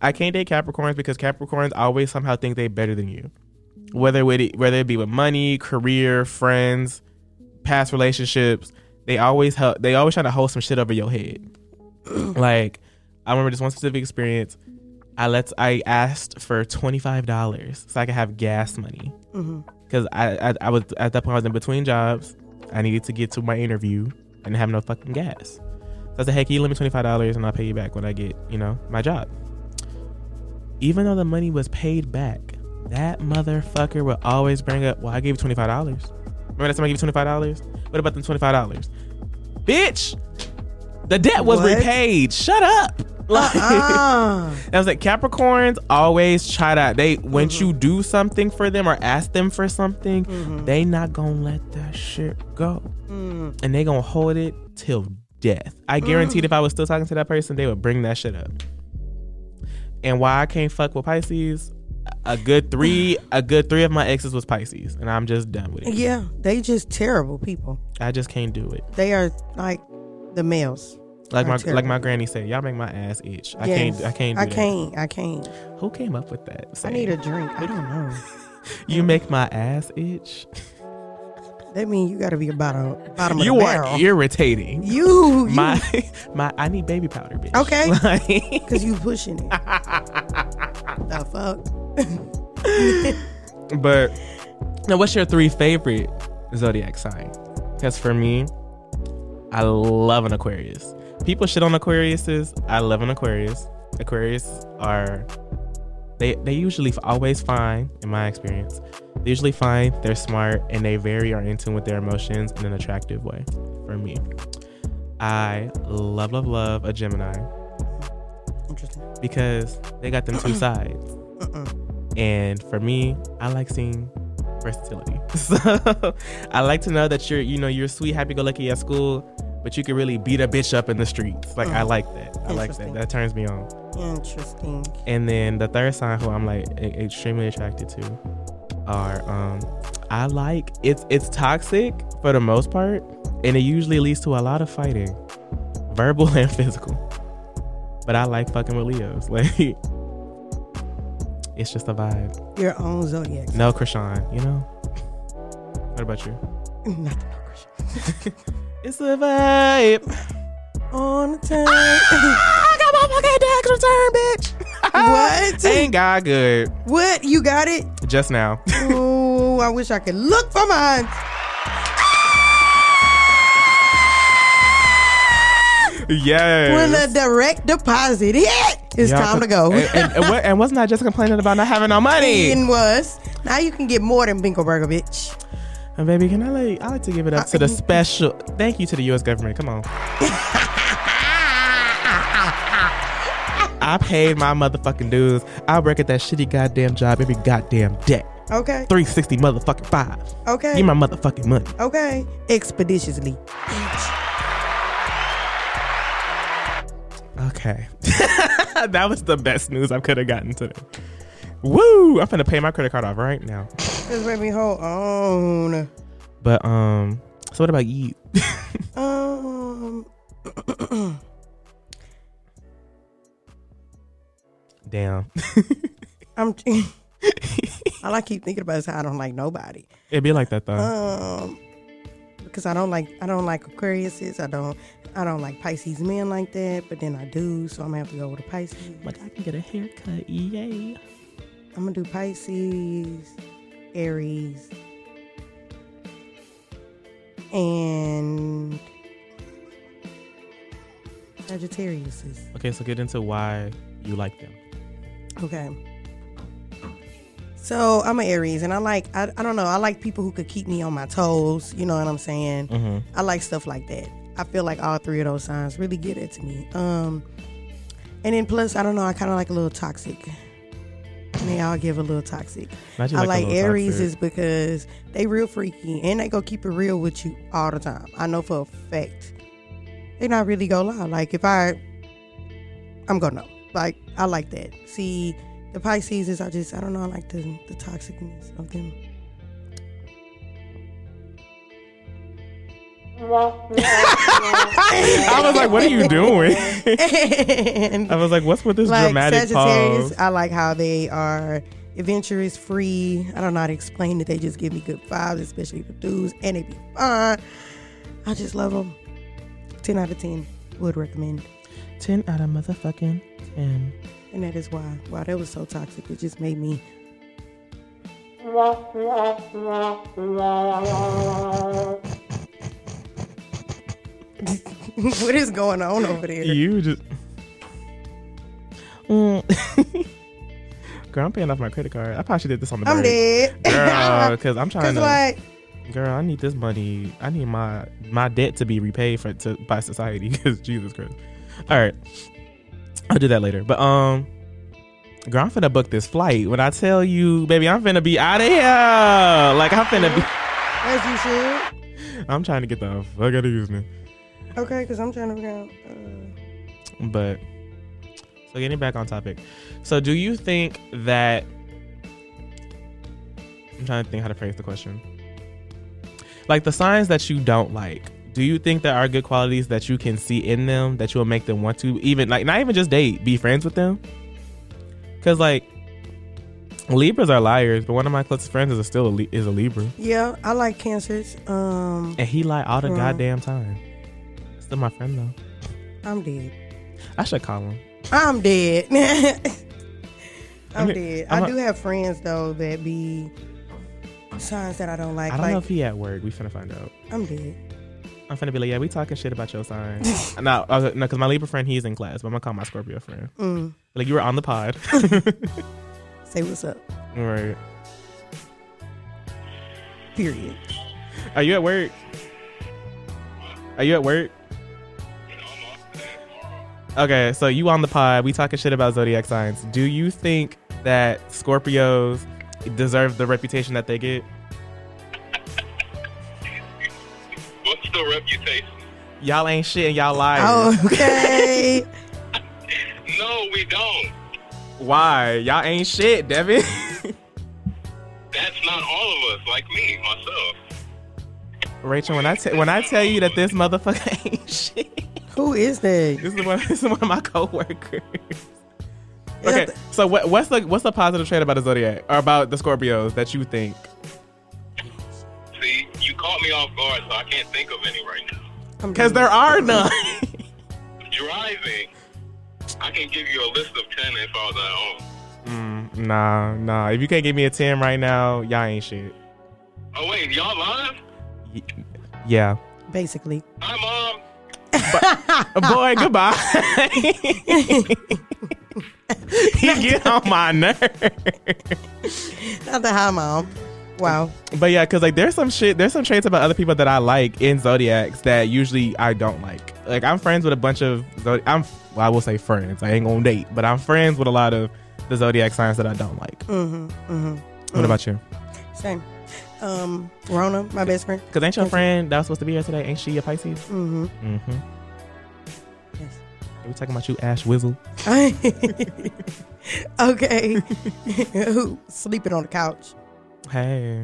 S1: I can't date Capricorns because Capricorns always somehow think they better than you, whether with it, whether it be with money, career, friends, past relationships. They always help. They always trying to hold some shit over your head. like I remember this one specific experience. I let I asked for twenty five dollars so I could have gas money because I, I I was at that point I was in between jobs. I needed to get to my interview and didn't have no fucking gas. So I said, "Hey, can you lend me twenty five dollars and I'll pay you back when I get you know my job." Even though the money was paid back, that motherfucker would always bring up, "Well, I gave you twenty five dollars. Remember that time I gave you twenty five dollars? What about the twenty five dollars, bitch? The debt was
S2: What?
S1: repaid. Shut up." Like-
S2: Uh,
S1: and I was like, Capricorns always try to. They once
S2: Mm-hmm.
S1: you do something for them or ask them for something, they not gonna let that shit go, and they gonna hold it till death. I
S2: Mm.
S1: guaranteed if I was still talking to that person, they would bring that shit up. And why I can't fuck with Pisces? A good three, a good three of my exes was Pisces, and I'm just done with it.
S2: yeah, they just terrible people.
S1: I just can't do it.
S2: They are like the males.
S1: Like
S2: Are
S1: my
S2: terrible.
S1: like my granny said, y'all make my ass itch. I
S2: Yes.
S1: can't. I can't. Do
S2: I
S1: that.
S2: can't. I can't.
S1: Who came up with that?
S2: I
S1: saying?
S2: need a drink. I don't know.
S1: You make my ass itch.
S2: That means you got to be a bottom bottom
S1: You
S2: of the
S1: are
S2: barrel.
S1: irritating.
S2: you, you,
S1: My my I need baby powder, bitch.
S2: Okay.
S1: Like,
S2: because you pushing it. the fuck.
S1: but now what's your three favorite zodiac sign? Because for me, I love an Aquarius. People shit on Aquariuses. I love an Aquarius. Aquarius are they they usually always fine in my experience. They usually fine, they're smart, and they very are in tune with their emotions in an attractive way for me. I love, love, love a Gemini.
S2: Interesting.
S1: because they got them two sides. And for me, I like seeing versatility. So I like to know that you're, you know, you're sweet, happy-go-lucky at school, but you can really beat a bitch up in the streets. Like I like that. I like
S2: Interesting.
S1: that. That turns me on.
S2: Interesting.
S1: And then the third sign who I'm like e- extremely attracted to are um I like it's it's toxic for the most part and it usually leads to a lot of fighting, verbal and physical. But I like fucking with Leos. Like it's just a vibe.
S2: Your own zodiac.
S1: No Krishan, you know? What about you?
S2: Not the no Christian.
S1: It's a vibe.
S2: On the time.
S1: I got my fucking tax return,
S2: what?
S1: Ain't God good.
S2: What? You got it?
S1: Just now.
S2: Ooh, I wish I could look for mine.
S1: yes.
S2: When the direct deposit hit, it's
S1: Y'all
S2: time
S1: co-
S2: to go.
S1: And, and, and, what, and wasn't I just complaining about not having no money?
S2: And was now you can get more than Bingo Burger, bitch.
S1: And baby, can I like I like to give it up to the special thank you to the US government. Come on. I paid my motherfucking dues. I work at that shitty goddamn job every goddamn day.
S2: Okay.
S1: 360 motherfucking five.
S2: Okay.
S1: Give my motherfucking money.
S2: okay. Expeditiously.
S1: Okay. that was the best news I could have gotten today. Woo! I'm finna pay my credit card off right now.
S2: Just let me hold on.
S1: But um, so what about you?
S2: Um.
S1: Damn.
S2: I'm. All I keep thinking about is how I don't like nobody.
S1: It'd be like that though.
S2: Um. because I don't like I don't like Aquariuses. I don't I don't like Pisces men like that. But then I do, so I'm gonna have to go with a Pisces.
S1: Like I can get a haircut. Yay.
S2: I'm gonna do Pisces, Aries, and Sagittariuses.
S1: Okay, so get into why you like them.
S2: Okay. So I'm an Aries, and I like I, I don't know I like people who could keep me on my toes. You know what I'm saying?
S1: Mm-hmm.
S2: I like stuff like that. I feel like all three of those signs really get it to me. Um, and then plus I don't know I kind of like a little toxic. And they all give a little toxic.
S1: Not you
S2: I
S1: a
S2: like
S1: little
S2: Aries
S1: toxic.
S2: is because they real freaky and they gonna keep it real with you all the time. I know for a fact they not really go lie. Like if I, I'm gonna know. Like I like that. See, the Pisces is I just I don't know. I like the the toxicness of them.
S1: I was like, what are you doing?
S2: and
S1: I was like, what's with this
S2: like
S1: dramatic
S2: Sagittarius,
S1: pause?
S2: I like how they are adventurous, free. I don't know how to explain it. They just give me good vibes, especially the dudes, and they be fun. I just love them. Ten out of ten would recommend.
S1: 10 out of motherfucking 10.
S2: And that is why. Wow, that was so toxic. It just made me. what is going on over there?
S1: You just. Mm. Girl, I'm paying off my credit card. I probably should did this on the
S2: I'm
S1: break.
S2: dead.
S1: Girl, because I'm trying
S2: Cause
S1: to.
S2: like,
S1: girl, I need this money. I need my my debt to be repaid for to by society. Because Jesus Christ. All right, I'll do that later. But um, girl, I'm finna book this flight. When I tell you, baby, I'm finna be out of here. Like I'm finna be.
S2: as you should.
S1: I'm trying to get the fuck out of Houston.
S2: Okay, because I'm trying to figure out. Uh,
S1: But so getting back on topic. So do you think that I'm trying to think how to phrase the question. Like the signs that you don't like, do you think there are good qualities that you can see in them that you'll make them want to even like not even just date, be friends with them? Cuz like Libras are liars, but one of my closest friends is a still a, Li- is a Libra,
S2: yeah, I like cancers. Um,
S1: and he lied all the
S2: Wow.
S1: goddamn time. Still my friend though.
S2: I'm dead.
S1: I should call him.
S2: I'm dead.
S1: I
S2: I'm
S1: mean,
S2: dead.
S1: I'm
S2: i
S1: not-
S2: do have friends though that be signs that I don't like.
S1: I don't
S2: like
S1: know if he at work. We finna find out.
S2: I'm dead.
S1: I'm finna be like, yeah, we talking shit about your sign. no, I was like, no, because my Libra friend, he's in class, but I'm gonna call my Scorpio friend.
S2: Mm,
S1: Like, you were on the pod.
S2: say what's up.
S1: right.
S2: Period.
S1: Are you at work? Are you at work? Okay, so you on the pod. We talking shit about zodiac signs. Do you think that Scorpios deserve the reputation that they get?
S3: What's the reputation?
S1: Y'all ain't shit and y'all liars.
S2: Oh, okay.
S3: No, we don't.
S1: Why? Y'all ain't shit, Devin.
S3: That's not all of us, like me, myself.
S1: Rachel, when I te- when I tell you that this motherfucker ain't shit.
S2: Who is that?
S1: This is one. This is one of my coworkers.
S2: Yeah,
S1: okay,
S2: th-
S1: so what, what's the what's the positive trait about the zodiac or about the Scorpios that you think?
S3: See, you caught me off guard, so I can't think of any right now.
S2: I'm
S1: Because
S2: dead.
S1: there are none.
S3: Driving, I can give you a list of 10 if I was at home.
S1: mm, nah, nah. If you can't give me a ten right now, y'all ain't shit.
S3: Oh, wait, y'all live?
S1: Y- yeah.
S2: basically.
S3: Hi, Mom.
S1: Uh, Boy, goodbye. he get on my nerve.
S2: Not the high mom. Wow.
S1: But yeah, because like there's some shit, there's some traits about other people that I like in zodiacs that usually I don't like. Like I'm friends with a bunch of zodiac. I'm well, I will say friends. I ain't gonna date, but I'm friends with a lot of the zodiac signs that I don't like.
S2: Mm-hmm. Mm-hmm.
S1: What about you?
S2: Same. Um, Rona, my best friend.
S1: Because ain't your friend that was supposed to be here today? Ain't she a Pisces?
S2: Mm-hmm.
S1: Mm-hmm.
S2: Yes.
S1: We talking about you, Ash Wizzle.
S2: okay. Who sleeping on the couch?
S1: Hey,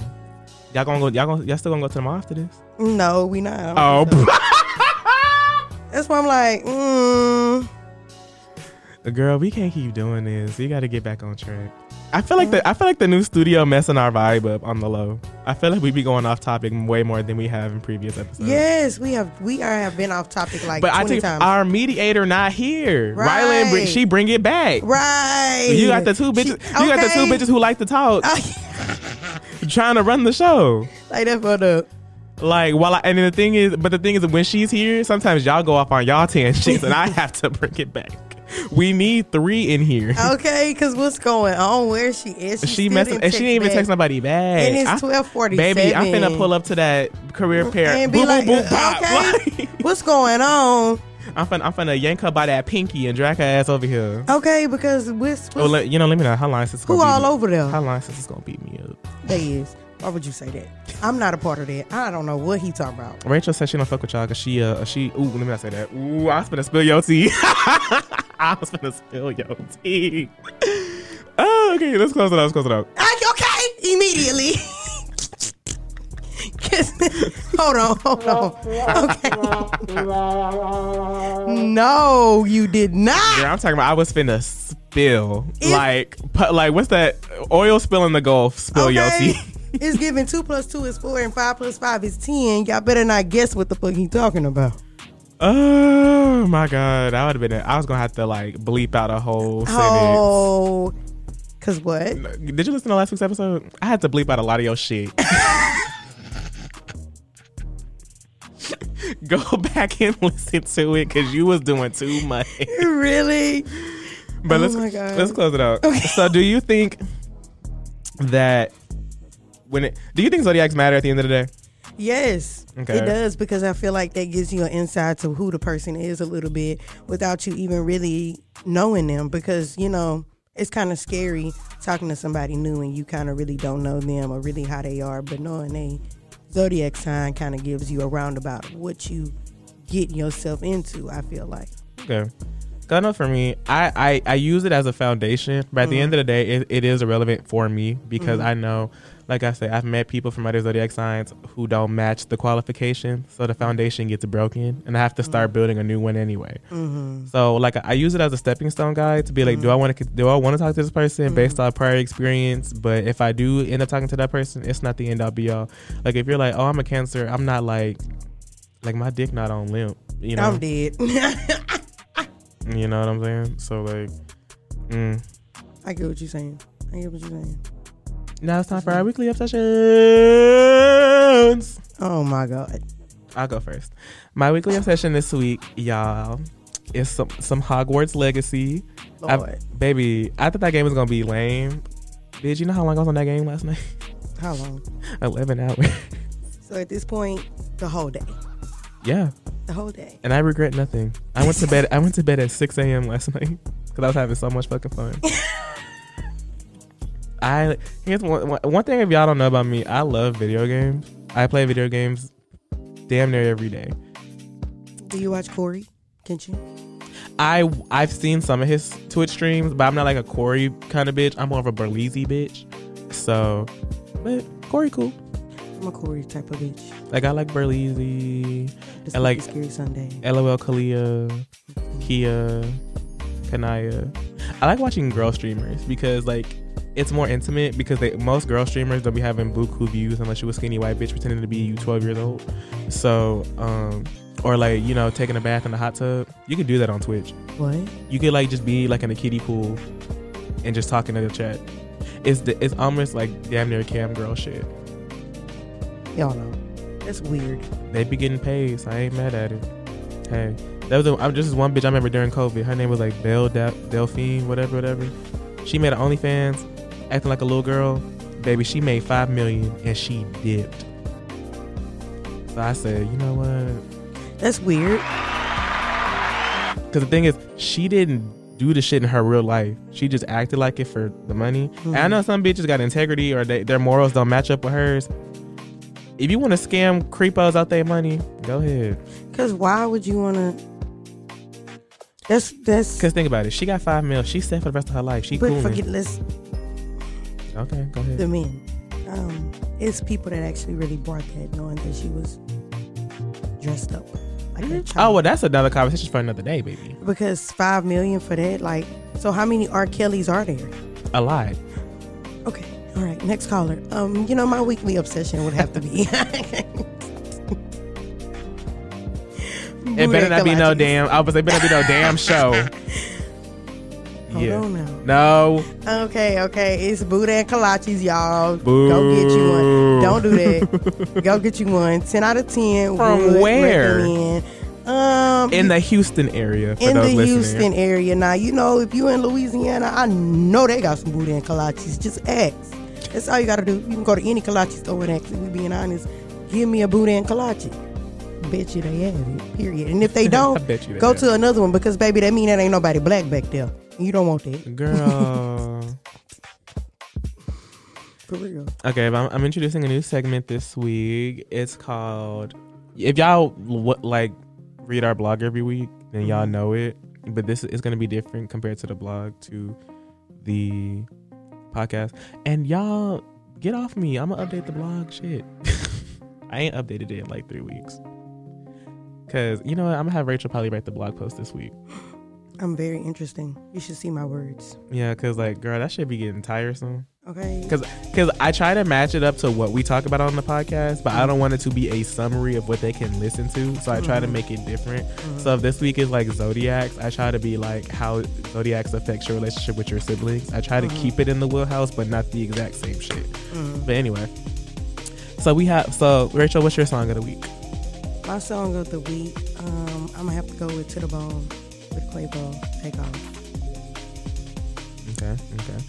S1: y'all gonna go? Y'all gonna, y'all still gonna go to the mall after this?
S2: No, we not. I
S1: Oh,
S2: don't think so. That's why I'm like, mm,
S1: girl, we can't keep doing this. You got to get back on track. I feel like the I feel like the new studio messing our vibe up on the low. I feel like we be going off topic way more than we have in previous episodes.
S2: Yes, we have we are have been off topic like
S1: But I
S2: twenty
S1: think
S2: times.
S1: our mediator not here.
S2: Right.
S1: Right. Rylan, bring- she bring it back.
S2: right.
S1: You got the two bitches.
S2: She-
S1: You got the two
S2: okay. Uh.
S1: bitches who like to talk, trying to run the show.
S2: like that for the
S1: Like while I, and then the thing is, but the thing is, when she's here, sometimes y'all go off on y'all tangents, and I have to bring it back. We need three in
S2: Oh,
S1: here.
S2: okay, because what's going on? Where she is? She,
S1: she
S2: still
S1: messed
S2: didn't
S1: and she didn't even
S2: back.
S1: text nobody back.
S2: And it's
S1: I-
S2: 12:47.
S1: Baby, I'm finna pull up to that career pair.
S2: and be
S1: Boo, boo,
S2: like, uh,
S1: boo, bop.
S2: okay,
S1: Like,
S2: what's going on?
S1: I'm finna, I'm finna yank her by that pinky and drag her ass over here.
S2: Okay, because what's, what's
S1: Well, Oh, let, you know, let me know how long since
S2: who all over there?
S1: How long since it's gonna beat me up?
S2: they is. Why would you say that? I'm not a part of that. I don't know what he talking about.
S1: Rachel said she don't fuck with y'all because she uh she ooh let me not say that ooh I was gonna spill your tea I was gonna spill your tea. oh, okay, let's close it out. Let's close it out.
S2: I, okay, immediately. 'Cause- hold on, hold on. Okay. no, you did not.
S1: Girl, I'm talking about I was finna spill like pu- like what's that oil spill in the Gulf? Spill your
S2: Okay.
S1: tea.
S2: it's giving two plus two is four and five plus five is ten. Y'all better not guess what the fuck he talking about.
S1: Oh my god, I would have been. I was gonna have to like bleep out a whole sentence.
S2: Oh, cause what?
S1: Did you listen to last week's episode? I had to bleep out a lot of your shit. Go back and listen to it because you was doing too much.
S2: Really?
S1: But
S2: Oh
S1: let's
S2: my God.
S1: let's close it out.
S2: Okay.
S1: So, do you think that when it do you think zodiacs matter at the end of the day?
S2: Yes,
S1: Okay.
S2: it does because I feel like that gives you an insight to who the person is a little bit without you even really knowing them because you know it's kind of scary talking to somebody new and you kind of really don't know them or really how they are, but knowing they zodiac sign kind of gives you a roundabout of what you get yourself into. I feel like
S1: Okay. Gunna for me, I, I I use it as a foundation, but at the end of the day, it, it is irrelevant for me because I know, like I said, I've met people from other zodiac signs who don't match the qualification, so the foundation gets broken, and I have to start building a new one anyway. So like I, I use it as a stepping stone guide to be like, do I want to do I want to talk to this person based on prior experience? But if I do end up talking to that person, it's not the end all be all. Like if you're like, oh, I'm a cancer, I'm not like like my dick not on limp, you know.
S2: I'm dead.
S1: You know what I'm saying? So like, mm.
S2: I get what you're saying. I get what you're saying.
S1: now it's time for our weekly obsessions.
S2: Oh my god.
S1: I'll go first. My weekly obsession this week, y'all, is some some Hogwarts Legacy. I-
S2: Lord.
S1: baby, I thought that game was gonna be lame. Did you know how long I was on that game last night?
S2: How long?
S1: Eleven hours.
S2: So at this point, the whole day.
S1: yeah,
S2: The whole day.
S1: and I regret nothing. I went to bed. I went to bed at six a.m. last night because I was having so much fucking fun. I here's one, one- one thing if y'all don't know about me. I love video games. I play video games damn near every day.
S2: Do you watch Corey? Can't you?
S1: I I've seen some of his Twitch streams, but I'm not like a Corey kind of bitch. I'm more of a Berlizzi bitch. So, but Corey cool.
S2: I'm a Corey type of bitch.
S1: Like I like Berlizzi,
S2: This
S1: I like- eh.
S2: like scary Sunday.
S1: LOL Kalia, Kia, Kanaya. I like watching girl streamers because like it's more intimate because they most girl streamers don't be having buku views unless you a skinny white bitch pretending to be you 12 years old. So, um, or like you know taking a bath in the hot tub. You can do that on Twitch.
S2: What?
S1: You could like just be like in a kiddie pool and just talking to the chat. It's the, it's almost like damn near cam girl shit.
S2: Y'all know. That's weird.
S1: They be getting paid, so I ain't mad at it. Hey, that was a, I'm just this one bitch I remember during COVID. Her name was like Belle De- Delphine, whatever, whatever. She made an OnlyFans, acting like a little girl. Baby, she made five million and she dipped. So I said, you know what?
S2: That's weird.
S1: Because the thing is, she didn't do the shit in her real life. She just acted like it for the money. And I know some bitches got integrity or they, their morals don't match up with hers. If you want to scam creepos out their money, go ahead.
S2: Cause why would you wanna That's that's
S1: Cause think about it, she got five mil. She's set for the rest of her life. She
S2: but
S1: cool.
S2: forget let's
S1: Okay, go ahead.
S2: the men. Um it's people that actually really bought that knowing that she was dressed up like a
S1: Oh
S2: child.
S1: well, that's another conversation for another day, baby.
S2: because five million for that, like so how many R. Kelly's are there?
S1: A lot.
S2: Okay. All right. Next caller. Um, you know, my weekly obsession would have to be.
S1: It better not be no damn. I was. It better be no damn show.
S2: Hold on
S1: No.
S2: Okay, okay. It's Buddha and Kalaches, y'all.
S1: Boo.
S2: Go get you one. Don't do that. Go get you one. Ten out of ten.
S1: From
S2: would
S1: where?
S2: recommend. Um,
S1: In the Houston area. For
S2: in the
S1: those listening.
S2: Houston area. Now you know if you in Louisiana, I know they got some Buddha and Kalaches. Just ask. That's all you gotta do. You can go to any Kalaches store and ask. If we being honest, give me a Buddha and Kalache. Bet you they have it. Period. And if they
S1: I
S2: don't,
S1: bet you they
S2: go
S1: have
S2: to another one because baby, that mean that ain't nobody black back there. You don't want
S1: Mm.
S2: that
S1: Girl.
S2: for real.
S1: okay, but I'm, I'm introducing a new segment this week. It's called. If y'all w- like read our blog every week, then y'all know it. But this is going to be different compared to the blog to the podcast. And y'all get off me. I'm gonna update the blog. Shit, I ain't updated it in like three weeks. Cause you know what? I'm gonna have Rachel probably write the blog post this week.
S2: I'm very interesting. You should see my words.
S1: Yeah, cause like, girl, that should be getting tiresome.
S2: Okay.
S1: Cause, cause I try to match it up to what we talk about on the podcast, but I don't want it to be a summary of what they can listen to. So I try to make it different. So if this week is like zodiacs, I try to be like how zodiacs affects your relationship with your siblings. I try to keep it in the wheelhouse, but not the exact same shit. But anyway, so we have so Rachel, what's your song of the week?
S2: My song of the week, um, I'm gonna have to go with To the Bone with Quavo. Take off.
S1: Okay, okay.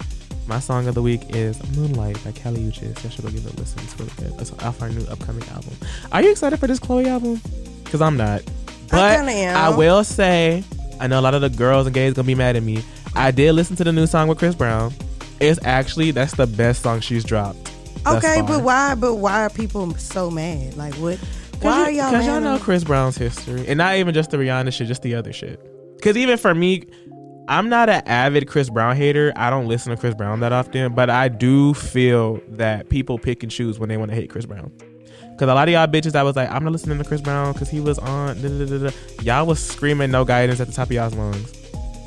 S1: My song of the week is Moonlight by Kelly Uchis. Y'all should go give it a listen. It's really good. It's off our new upcoming album. Are you excited for this Chloe album? Because I'm not. But
S2: kinda am.
S1: I will say, I know a lot of the girls and gays gonna be mad at me. I did listen to the new song with Chris Brown. It's actually that's the best song she's dropped. thus
S2: Okay,
S1: far.
S2: but why? But why are people so mad? Like what? Why
S1: Cause
S2: are
S1: you-
S2: y'all?
S1: Cause y'all
S2: mad
S1: know
S2: at-
S1: Chris Brown's history, and not even just the Rihanna shit, just the other shit. Cause even for me, I'm not an avid Chris Brown hater. I don't listen to Chris Brown that often, but I do feel that people pick and choose when they want to hate Chris Brown. Cause a lot of y'all bitches, I was like, I'm not listening to Chris Brown because he was on. Da, da, da, da, da. Y'all was screaming no guidance at the top of y'all's lungs.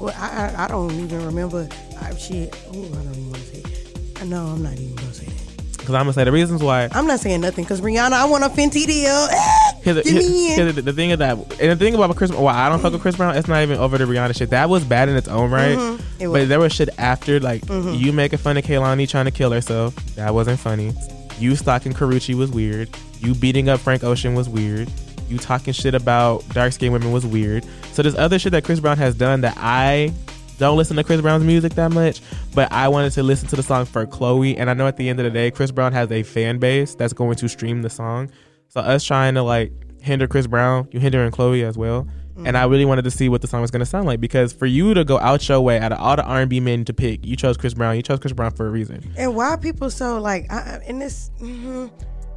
S2: Well, I, I I don't even remember. I, shit. Oh, I don't even want to say. It. I know I'm not even gonna say that.
S1: Cause I'm gonna say the reasons why.
S2: I'm not saying nothing because Rihanna. I want a Fenty deal.
S1: Cause,
S2: Give me in.
S1: cause the, the thing is that, and the thing about Chris, why I don't fuck with Chris Brown, it's not even over the Rihanna shit. That was bad in its own right.
S2: Mhm, it was. Mm-hmm.
S1: But there was shit after, like you making fun of Kaylani trying to kill herself. That wasn't funny. You stalking Karuchi was weird. You beating up Frank Ocean was weird. You talking shit about dark skinned women was weird. So there's other shit that Chris Brown has done that I don't listen to Chris Brown's music that much, but I wanted to listen to the song for Chloe. And I know at the end of the day, Chris Brown has a fan base that's going to stream the song. So us trying to like hinder Chris Brown, you hindering Chloe as well. And
S2: Mm.
S1: I really wanted to see what the song was going to sound like because for you to go out your way out of all the R&B men to pick, you chose Chris Brown. You chose Chris Brown for a reason.
S2: And why people so like I, I- and this? mhm,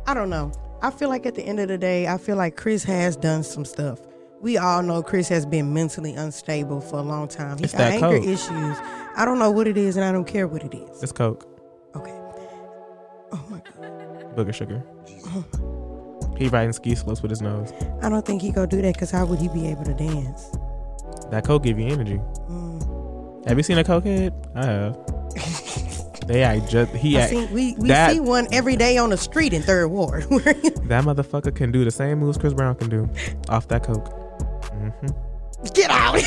S2: I don't know. I feel like at the end of the day, I feel like Chris has done some stuff. We all know Chris has been mentally unstable for a long time. He
S1: It's
S2: got
S1: that
S2: anger
S1: coke.
S2: issues. I don't know what it is, and I don't care what it is.
S1: It's Coke,
S2: Okay. Oh my god.
S1: Booger Sugar. He riding ski slopes with his nose.
S2: I don't think he gonna do that because how would he be able to dance?
S1: That Coke give you energy.
S2: Mm.
S1: Have you seen a Cokehead? I have. they act just he
S2: I
S1: act
S2: see, we we
S1: that
S2: see one every day on the street in Third Ward.
S1: that motherfucker can do the same moves Chris Brown can do off that Coke.
S2: Get out.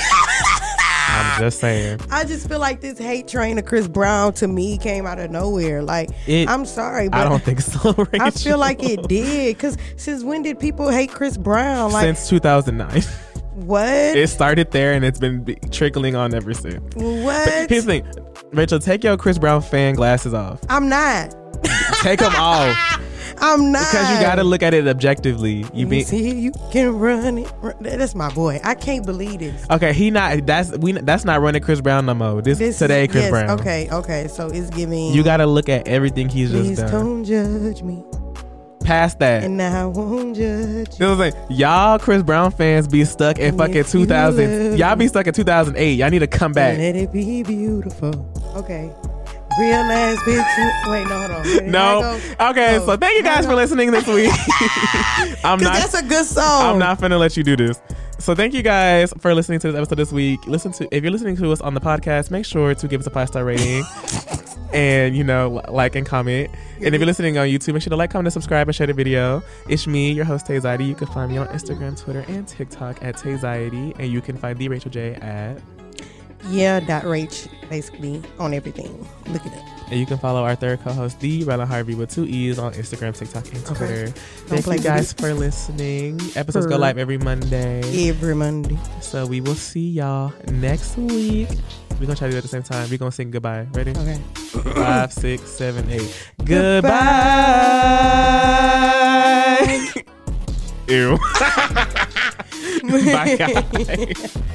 S1: I'm just saying.
S2: I just feel like this hate train of Chris Brown to me came out of nowhere. Like
S1: It-
S2: I'm sorry, but
S1: I don't think so.
S2: I
S1: Rachel.
S2: feel like it did. Cause since when did people hate Chris Brown? Like
S1: since 2009.
S2: what?
S1: it started there and it's been be- trickling on ever since. But
S2: what?
S1: here's the thing, Rachel, take your Chris Brown fan glasses off.
S2: I'm not.
S1: Take them off
S2: I'm not.
S1: because you got to look at it objectively. You be
S2: see you can run it. Run- That's my boy. I can't believe this.
S1: okay. He not that's we that's not running Chris Brown no more. This,
S2: This
S1: today, Chris
S2: yes,
S1: Brown.
S2: Okay, okay. So it's giving.
S1: You got to look at everything he's
S2: Please
S1: just done.
S2: don't judge me,
S1: Past that.
S2: and I won't judge.
S1: It
S2: You.
S1: was like y'all Chris Brown fans be stuck in
S2: And
S1: fucking
S2: if you
S1: 2000.
S2: love
S1: Y'all be stuck in 2008. Y'all need to come back.
S2: Let it be beautiful. Okay. Real ass bitch. Wait, no, hold on. Wait, did
S1: No.
S2: I go?
S1: Okay.
S2: No.
S1: So thank you
S2: No,
S1: guys
S2: no.
S1: for listening this week. I'm
S2: 'Cause
S1: not.
S2: that's a good song.
S1: I'm not finna let you do this. So thank you guys for listening to this episode this week. Listen to if you're listening to us on the podcast, make sure to give us a five star rating. and you know li- like and comment. And if you're listening on YouTube, make sure to like, comment, and subscribe, and share the video. It's me, your host Tayziety. You can find me on Instagram, Twitter, and TikTok at Tayziety, and you can find the Rachel J at.
S2: Yeah, dot Rach basically on everything. Look at it.
S1: And you can follow our third co-host, D. Rella Harvey, with two E's on Instagram, TikTok, and
S2: Okay.
S1: Twitter. Thank
S2: play
S1: you
S2: with
S1: guys for listening. Episodes go
S2: Purr.
S1: live every Monday.
S2: Every Monday.
S1: So we will see y'all next week. We're gonna try to do it at the same time. We're gonna sing goodbye. Ready?
S2: Okay.
S1: Five, six, seven, eight. Goodbye. Ew. Bye, guys.